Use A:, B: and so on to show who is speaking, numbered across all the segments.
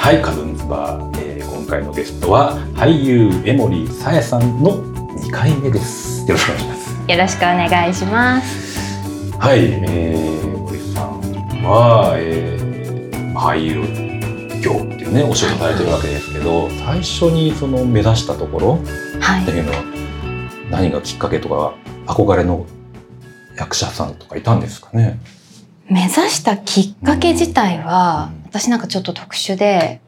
A: はい、カズンズバー、えー今回のゲストは俳優江森さやさんの2回目です。よろしくお願いします。
B: よろしくお願いします。
A: はい、えー、江森さんは、えー俳優業っていうね、お仕事されてるわけですけど、最初にその目指したところ
B: は
A: って
B: い。
A: いうのは、何がきっかけとか、憧れの役者さんとかいたんですかね。
B: 目指したきっかけ自体は
A: うん、
B: 私なんかちょっと特殊で、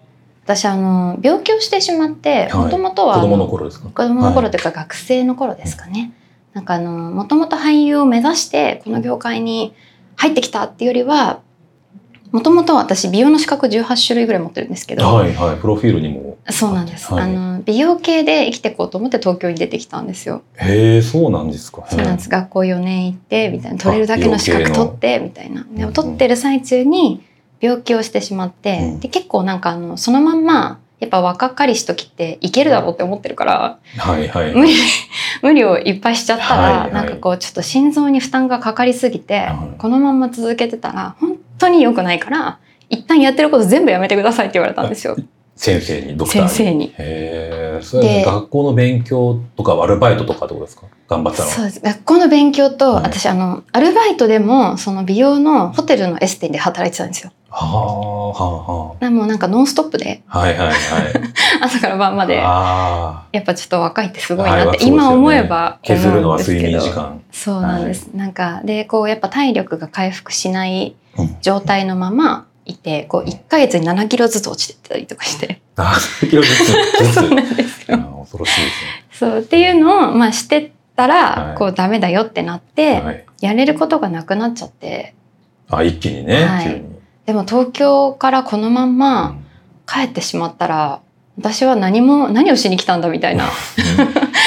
B: 私あの、病気をしてしまっ
A: は
B: て、
A: い
B: もともとは、
A: 子供の頃ですか。
B: 子供の頃というか学生の頃ですかね。なんかあの、もともと俳優を目指して、この業界に入ってきたっていうよりは、もともと私美容の資格18種類ぐらい持ってるんですけど、
A: はいはい、プロフィールにも。
B: そうなんです。
A: はい
B: あの、美容系で生きていこうと思って東京に出てきたんですよ。
A: へえ、そうなんですか。
B: そうなんです学校4年行ってみたいな取れるだけの資
A: あ
B: 格
A: 養鶏の
B: 取ってみたいなで
A: うんうん
B: も取ってる最中に病気をしてしまって、
A: うん
B: で結構なんかあのそのまんまやっぱ若かりしときっていけるだろうって思ってるから
A: はいはい。
B: 無理無理をいっぱいしちゃったら、
A: はいはい
B: なんかこうちょっと心臓に負担がかかりすぎて、
A: はい
B: このまんま続けてたら本当に良くないから一旦やってること全部やめてくださいって言われたんですよ
A: 先生にドクター
B: 先
A: に
B: 生に。
A: へえそれは
B: で
A: 学校の勉強とかアルバイトとかってことですか頑張ったのは
B: そうです学校の勉強と、
A: はい
B: 私あのアルバイトでもその美容のホテルのエステで働いてたんですよ。
A: あは
B: なもうなんかノンストップで
A: あはあはいはいはい
B: 朝から晩 までや
A: あ
B: っぱちょっと若いってすごいな
A: は
B: っ
A: いそうで
B: て、
A: すよね
B: 今思えば
A: ー削るの
B: 思う
A: は
B: んです
A: 睡
B: け
A: 眠
B: ど
A: 時間
B: そうなんです、なんかでこうやっぱ体力が回復しない状態のままいてこう1ヶ月に7キロずつ落ちてったりとかして
A: 7キロずつずつ
B: そうなんです
A: あ
B: よ。
A: ー恐ろしいです
B: そうっていうのを、まあ、してったら、
A: はい
B: こうダメだよってなって、
A: ね、はい、
B: やれることがなくなっちゃって
A: あ一気にね、
B: はい
A: 急に、
B: でも東京からこのまん
A: う
B: ま
A: ん
B: 帰ってしまったら私は何も何をしに来たんだみたいな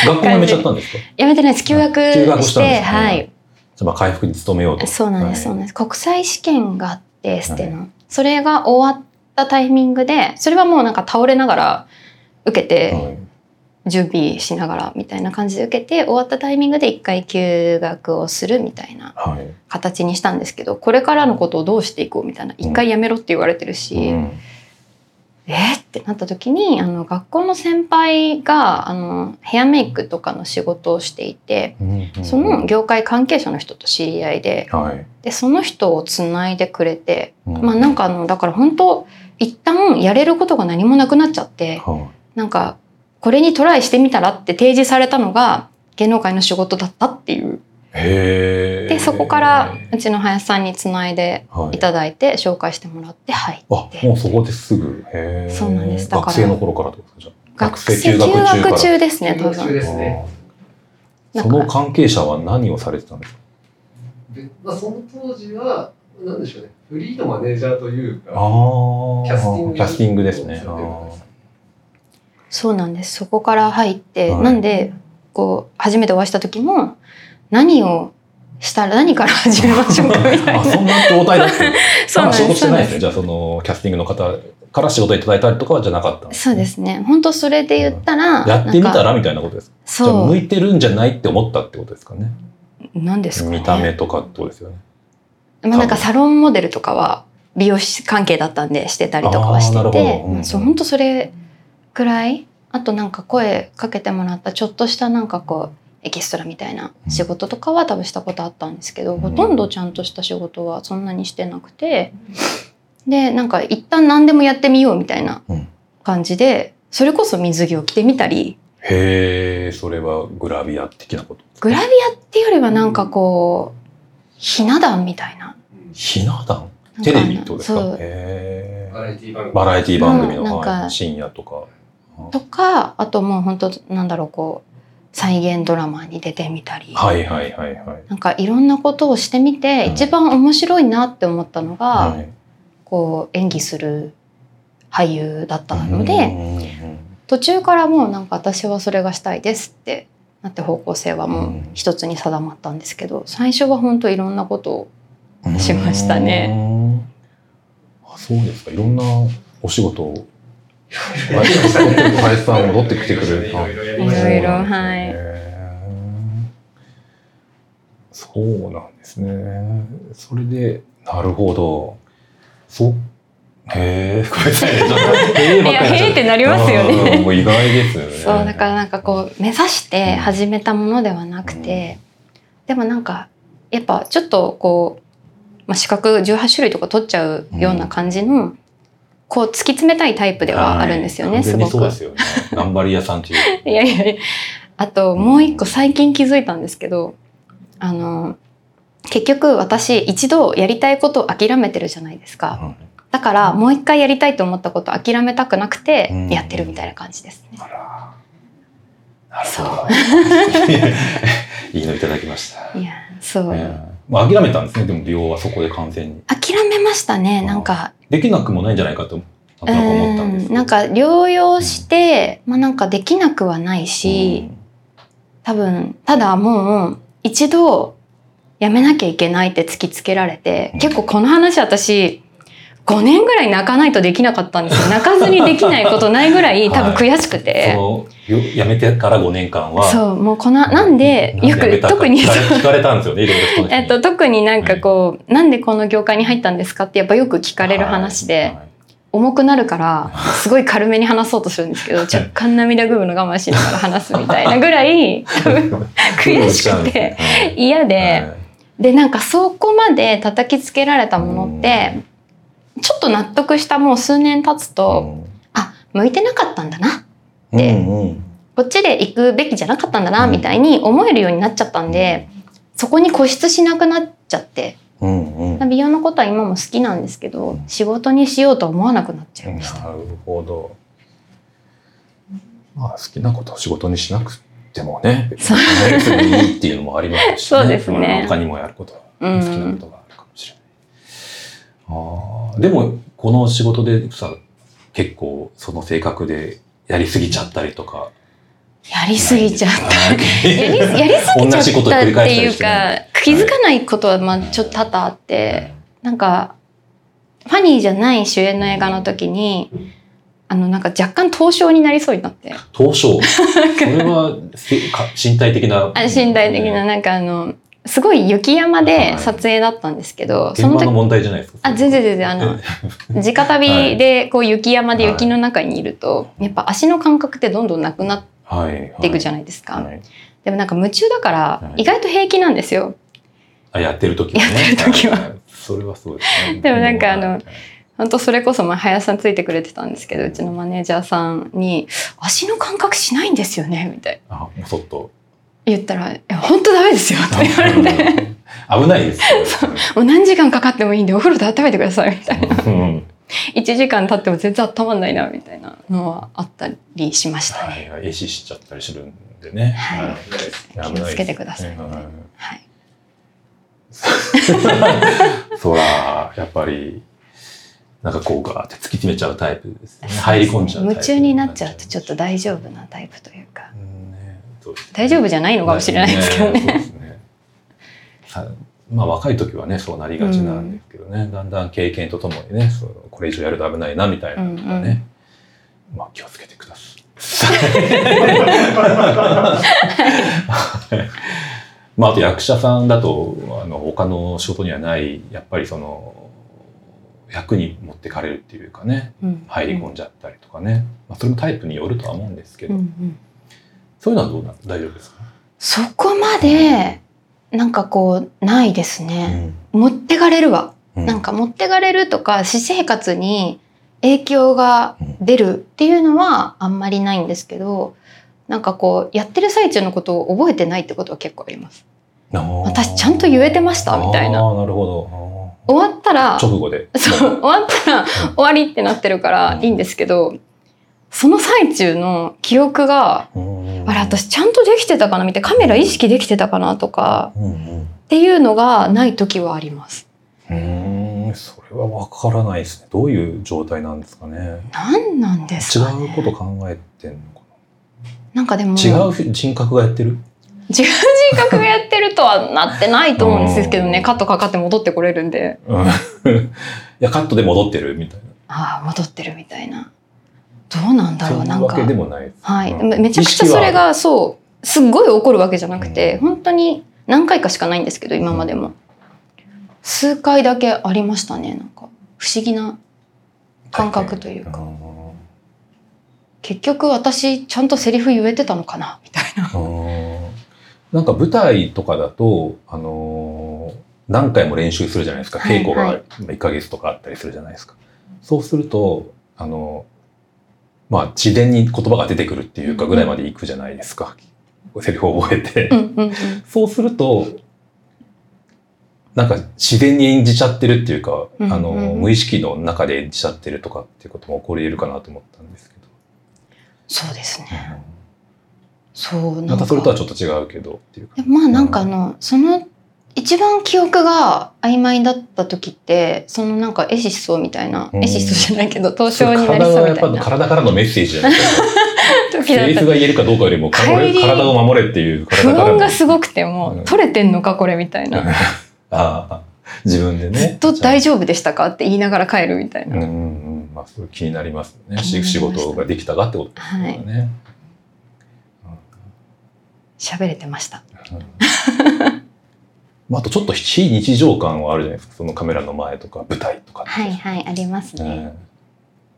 A: 学校辞めちゃったんですか
B: やめてないです休学
A: 休学
B: し
A: したん
B: て
A: ですね
B: はい
A: じゃあまあ回復に努めようと
B: そうなんです、そう
A: はい
B: なんです国際試験があってエステの、それが終わったタイミングでそれはもうなんか倒れながら受けて、
A: はい
B: 準備しながらみたいな感じで受けて終わったタイミングで一回休学をするみたいな
A: はい
B: 形にしたんですけどこれからのことをどうしていこうみたいな一回やめろって言われてるし、
A: うん
B: えーってなった時にあの学校の先輩があのヘアメイクとかの仕事をしていて
A: うんうん
B: その業界関係者の人と知り合いで
A: はい、
B: でその人をつないでくれて
A: うん
B: まあなんかあのだから本当一旦やれることが何もなくなっちゃって
A: は
B: なんかこれにトライしてみたらって提示されたのが芸能界の仕事だったっていう
A: いへえ
B: でそこからうちの林さんにつないで
A: はい
B: ただいて紹介してもらってはい
A: あもうそこですぐへー
B: そうなんですだから
A: 学生の頃からってことですかじゃあ
B: 学生休学中ですね多分。
C: ですね。
A: あー
B: だ
A: そ
B: から
A: の関係者は何をされてたんですか
C: でまあ、その当時は、なんでしょうね、フリーのマネージャーという
A: あ
C: か、
A: ー
C: キャスティング
A: キャスティングですねあ
C: そう
A: ー
B: そうなんです。そこから入って、
A: はい
B: なんで、こう、初めてお会いした時も、何をしたら、何から始めましょうかみたい
A: あ
B: な。
A: そんな状態だった
B: そ
A: ま
B: うな
A: あ
B: ん
A: 仕事
B: で
A: し
B: す。
A: て
B: そう
A: ない
B: な
A: で
B: ん
A: す
B: で
A: ねじゃあそのキャスティングの方から仕事いただいたりとかはじゃなかったん
B: す。そうですすね。本当それで言ったら、
A: やってみた
B: なんから
A: みたいなことですかじゃあ
B: そ
A: 向いてるんじゃないって思ったってことですかね
B: う。なんですか、ね、
A: 見た目とかってことですよね
B: まあなんかサロンモデルとかは、美容師関係だったんでしてたりとかはし
A: あー
B: て
A: なる
B: て
A: ほど、うん
B: まあそう、本当それくらい。あとなんか声かけてもらった、ちょっとしたなんかこう、エキストラみたいな仕事とかは多分したことあったんですけど、
A: うん
B: ほとんどちゃんとした仕事はそんなにしてなくて、でなんか一旦何でもやってみようみたいな
A: うん
B: 感じでそれこそ水着を着てみたり
A: へえそれはグラビア的なこと
B: グラビアっていうよりはなんかこうひな壇みたいな
A: ひな壇
B: なんか
A: テ
B: あ
A: レ
B: の
A: ビってことです
B: そ
A: か
B: う
A: へ
C: バ
A: ー
C: ラエティ番組。
A: バラエティ番組の、
B: うんなんか
A: はい深夜とか。
B: とかあともう本当なんだろうこう再現ドラマに出てみたり、
A: はいはいはいはい。
B: なんかいろんなことをしてみて、
A: うん
B: 一番面白いなって思ったのが、
A: はい、
B: こう演技する俳優だったので。
A: うん
B: 途中からもうなんか私はそれがしたいですってなって方向性はもう一つに定まったんですけど、最初は本当いろんなことを
A: うんうん
B: しましたね
A: うんあそうですか。いろんなお仕事を。
C: やりましたね
A: 林さん戻ってきてくれる
C: いろいろやり
B: い
C: ま
B: ろ
C: し
B: い
C: た
B: ろ
C: ね。
B: はい
A: そうなんですね。そうなんですね。それで、なるほど。そへえ、ごめんなさいね。ちょっとへえばっかりになっちゃ
B: いやへえってなりますよね
A: うんもう意外ですよね。
B: そうだからなんかこう目指して始めたものではなくて、でもなんかやっぱちょっとこう、まあ、資格18種類とか取っちゃうような感じの、こう突き詰めたいタイプではあるんですよね、
A: はい
B: す
A: 完全
B: ご
A: にそう
B: く
A: で。すよね。頑張り屋さんっていう。
B: いやいやいやあともう一個最近気づいたんですけどあの結局私一度やりたいことを諦めてるじゃないですか
A: うん
B: だからもう一回やりたいと思ったことを諦めたくなくて
A: うん
B: やってるみたいな感じですね。
A: あら。なる
B: そ
A: ほ
B: う
A: ど。いいのいただきました。
B: いやそう、
A: ええまあ諦めたんですね。でも美容はそこで完全に
B: 諦めましたねなんか
A: できなくもないんじゃないかとなん
B: う
A: となく思ったんですけ
B: ん
A: ど。
B: なんか療養して、まあなんかできなくはないし、多分ただもう一度やめなきゃいけないって突きつけられて、
A: うん
B: 結構この話私5年ぐらい泣かないとできなかったんですよ泣かずにできないことないぐらい多分悔しくて、
A: そのよやめてから5年間は
B: そうもうこのなんでよ
A: やめ
B: く
A: たか
B: 特に
A: 聞かれ聞かれたんですよね。いろいろ人に
B: えっと、特になんかこう、なんでこの業界に入ったんですかってやっぱよく聞かれる話で、
A: はいはい
B: 重くな るから、すごい軽めに話そうとするんですけど、若干涙ぐむの我慢しながら話すみたいなぐ らい、多分悔しくて、嫌で、で、なんかそこまで叩きつけられたものって、ちょっと納得したもう数年経つと、あ、向いてなかったんだな。でこっちで行くべきじゃなかったんだな、
A: うん
B: みたいに思えるようになっちゃったんで、そこに固執しなくなっちゃって、美容のことは今も好きなんですけど仕事にしようとは思わなくなっちゃいました、
A: なるほど。まあ好きなことを仕事にしなくてもね、別
B: そう
A: に別にいいっていうのもありますし、ね、
B: そうですね
A: 他にもやることは
B: う
A: 好きなんこ、とがあるかもしれない。あーでもこの仕事でさ結構その性格でやりすぎちゃったりとか。
B: やりすぎちゃった
A: た
B: やりやりすぎちゃ
A: 同
B: っ
A: じこと
B: た
A: 繰
B: っ
A: り返し
B: て
A: た
B: い
A: り
B: う
A: してな
B: か気づかないことはまあちょっと多々あってなんかファニーじゃない主演の映画の時にあのなんか若干凍傷になりそうになって
A: 当初、それはせか身体的な。
B: あ身体的ななんかあのすごい雪山で撮影だったんですけど
A: 現場
B: 時
A: の問題じゃないですか。
B: あ全然全然あの直旅でこう雪山で雪の中にいると、やっぱ足の感覚ってどんどんなくなっ
A: はい。はい。
B: ていくじ
A: ゃ
B: ゃないですか、
A: はい、
B: でもなんか夢中だから
A: はい
B: 意外と平気なんですよ、
A: あ、やってる時はね。
B: やってる時は
A: はい。それはそうですね。
B: でもなんかあの
A: はい
B: ほんとそれこそ前林さんついてくれてたんですけどうちのマネージャーさんに「足の感覚しないんですよね」みたいな
A: あ、もうそっと。
B: 言ったら「いやほんとダメですよ」と言われ て
A: 危ないですよ。
B: 「もう何時間かかってもいいんでお風呂で温めてください」みたいな
A: うん
B: 1時間経っても全然温まんないなみたいなのはあったりしましたね、
A: はいはい。壊死しちゃったりするんでね。
B: はい
A: はい
B: 気をつけてくださいね
A: 危なですね
B: はい、
A: はいそら、やっぱり、なんかこうガーって突き詰めちゃうタイプですね。入り込んじゃうタイプ。
B: 夢中になっちゃうとちょっと大丈夫なタイプというか
A: うんねそうですね
B: 大丈夫じゃないのかもしれないですけどね
A: そうですねさまあ若い時はねそうなりがちなんですけどね、だんだん経験とともにねそうこれ以上やると危ないなみたいなのがね、まあ気をつけてください。はいまああと役者さんだとあの他の仕事にはないやっぱりその役に持ってかれるっていうかね
B: うん
A: 入り込んじゃったりとかね、まあ、それもタイプによるとは思うんですけ
B: う
A: ど、
B: んうん
A: そういうのはどうな大丈夫ですか、
B: そこまでなんかこうないですね、
A: ん
B: 持ってかれるわ、
A: う
B: なんか持ってかれるとか私生活に影響が出るっていうのはあんまりないんですけどなんかこうやってる最中のことを覚えてないってことは結構あります私ちゃんと言えてましたみたいな
A: あーなるほど
B: 終わったら
A: あー
B: そう
A: 直後で
B: 終わったら終わりってなってるからいいんですけどその最中の記憶があれ私ちゃんとできてたかなみたいなカメラ意識できてたかなとか
A: うんうん
B: っていうのがない時はあります。
A: うーんそれは分からないですねどういう状態なんですかね
B: なんなんですか、ね、
A: 違うこと考えてんのか
B: なんかでも
A: な、違うふ人格がやってる
B: 違う人格がやってるとはなってないと思うんですけど
A: う
B: ね
A: ん
B: カットかかって戻ってこれるんで
A: うん いやカットで戻ってるみたいな
B: ああ戻ってるみたいなどうなんだろう
A: そ
B: なんん
A: わ
B: か
A: けでもないです
B: はい、
A: うん
B: めめちゃくちゃ
A: 意識
B: そ
A: はあ
B: れ
A: る
B: がそうすっごい怒るわけじゃなくて、
A: うん
B: 本当に何回かしかないんですけど今までも数回だけありましたねなんか不思議な感覚というか結局私ちゃんとセリフ言えてたのかなみたいな。
A: なんか舞台とかだと、あのー何回も練習するじゃないですか
B: はい
A: 稽古
B: は
A: が
B: い
A: 1ヶ月とかあったりするじゃないですか、そうするとあのまあ自然に言葉が出てくるっていうかぐらいまでいくじゃないですか、セリフを覚えて、
B: うんうんうん
A: そうするとなんか自然に演じちゃってるっていうか、
B: うん
A: あの
B: うんうん
A: 無意識の中で演じちゃってるとかっていうことも起こり得るかなと思ったんですけど、
B: そうですね。そう
A: また
B: なんか
A: それとはちょっと違うけどっていうか
B: いやまあなんかあのその一番記憶が曖昧だった時ってそのなんかエシスソみたいな
A: うん
B: エシスソじゃないけど東証
A: 体
B: になりそう
A: がや
B: み
A: ったぱ
B: いな
A: 体からのメッセージじゃないですか。
B: 時
A: セ
B: だっ
A: リ
B: た
A: フが言えるかどうかよりも、か
B: 帰り
A: 体を守れっていう
B: 不
A: 体から
B: 安
A: の。
B: がすごくても
A: うん
B: う取れてんのかこれみたいな
A: ああ、自分でね。
B: ずっと大
A: 事。
B: 丈夫でしたかって言いながら帰るみたい
A: うんう
B: な。
A: んうん、まあ、それ気になりますね。
B: 気になり
A: し
B: まし
A: 仕
B: た
A: 事ができたかってことで
B: は
A: すよ
B: い
A: ね。
B: 喋れてました。
A: まあ、あとちょっと非日常感はあるじゃないですか。そのカメラの前とか舞台とかって。
B: はいはいありますね。
A: うん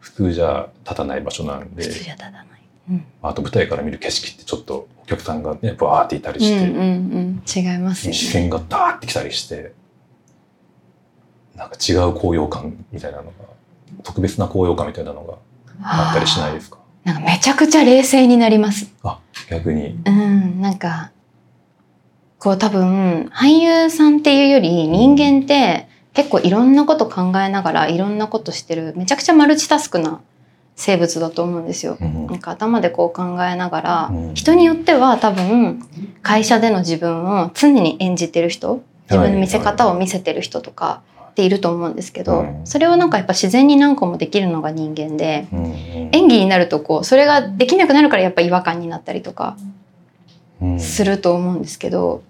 A: 普通じゃ立たない場所なんで
B: 普、通じゃ立たない。うん
A: あと舞台から見る景色ってちょっとお客さんがね、バーっていたり
B: う
A: して、
B: んうんうん違いますよね。
A: 視線がダーってきたりしてなんか違う高揚感みたいなのが特別な高揚感みたいなのがあったりしないですか
B: なんかめちゃくちゃ冷静になります。
A: 逆に。
B: うん、なんか、こう多分、俳優さんっていうより人間って結構いろんなこと考えながらいろんなことしてる、めちゃくちゃマルチタスクな生物だと思うんですよ。
A: うん
B: なんか頭でこう考えながら、
A: うん
B: 人によっては多分、会社での自分を常に演じてる人、自分の見せ方を見せてる人とかっていると思うんですけど、
A: うん
B: それをなんかやっぱ自然に何個もできるのが人間で、
A: うんうん
B: 演技になるとこう、それができなくなるからやっぱ違和感になったりとか、
A: うん
B: すると思うんですけど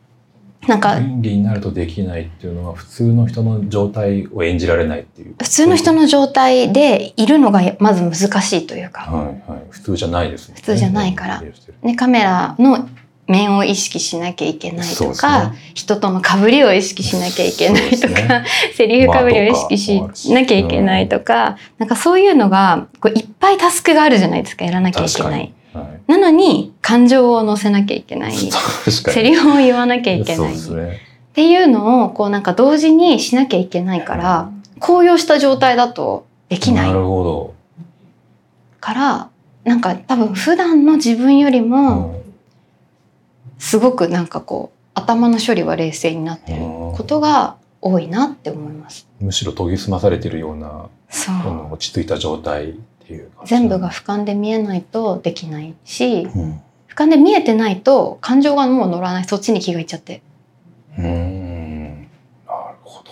B: なんか
A: 演技になるとできないっていうのは普通の人の状態を演じられないっていう。
B: 普通の人の状態でいるのがまず難しいというか、
A: はいはい、普通じゃないです、ね、
B: 普通じゃないから
A: 演技をしてる
B: ね、カメラの面を意識しなきゃいけない
A: そう
B: と
A: です
B: か、
A: ね
B: 人とのかぶりを意識しなきゃいけない
A: そ
B: と
A: う
B: か、
A: ですね
B: セリフかぶりを意識しなきゃいけないとか、なんかそういうのがこういっぱいタスクがあるじゃないですかやらなきゃいけ
A: 確か
B: ない
A: に。。はい、
B: なのに感情を乗せなきゃいけないセ
A: 確かに。
B: リフを言わなきゃいけ
A: そう
B: ない
A: で
B: っ
A: すね。
B: ていうのをこうなんか同時にしなきゃいけないから。高揚した状態だとできな
A: ないるほ
B: からなんか多分普段の自分より
A: ど。
B: も
A: うん
B: すごくなんかこう頭の処理は冷静になってることが多いなって思います。
A: むしろ研ぎ澄まされてるような
B: そ
A: こ
B: う
A: の落ち着いた状態っていう感じ
B: 全部が俯瞰で見えないとできないし
A: うん
B: 俯瞰で見えてないと感情がもう乗らないそっちに気がいっちゃって
A: うーんなるほど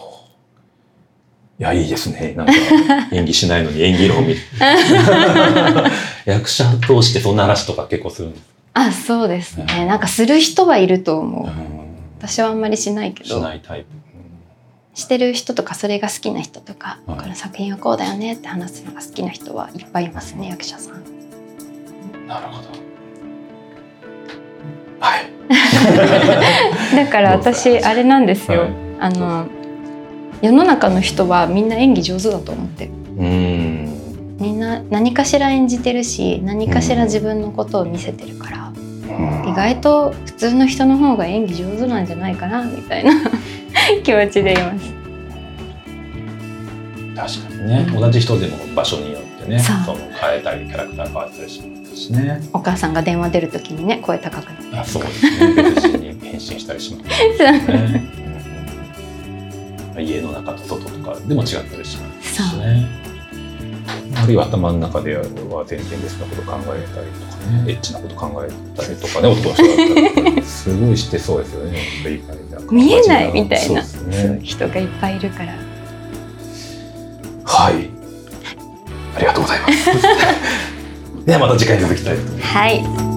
A: いやいいですねなん か演技しないのに演技論み役者通してそんな話とか結構するんです
B: あそうです
A: う
B: ね
A: ん
B: なんかする人はいると思う
A: うん
B: 私はあんまりしないけ
A: し
B: ど
A: ないタイプ
B: してる人とかそれが好きな人とか、
A: はい
B: この作品はこうだよねって話すのが好きな人はいっぱいいますね役者さん。
A: うんなるほどはい
B: だから
A: どうです
B: 私
A: か
B: あれなんですよ、
A: はい
B: あの世の中の人はみんな演技上手だと思ってる
A: うーん
B: みんな何かしら演じてるし何かしら自分のことを見せてるから、意外と普通の人の方が演技上手なんじゃないかなみたいな 気持ちでいます。
A: 確かにね同じ人でも場所によってね
B: そう
A: その変えたりキャラクター変わったりしますしね
B: お母さんが電話出る時にね声高 くなる
A: あそうですね別人に変身したりしますね、家の中と外とかでも違ったりします
B: そ
A: し
B: う
A: ねあるいは頭の中では全然別なこと考えたりとかねエッチなこと考えたりとかね男の人だったらすごいしてそうですよね理解なんか
B: 見えないみたい
A: そうで
B: な
A: す
B: そう
A: ね
B: 人がいっぱいいるから
A: はい ありがとうございますではまた次回続きたいと思います
B: はい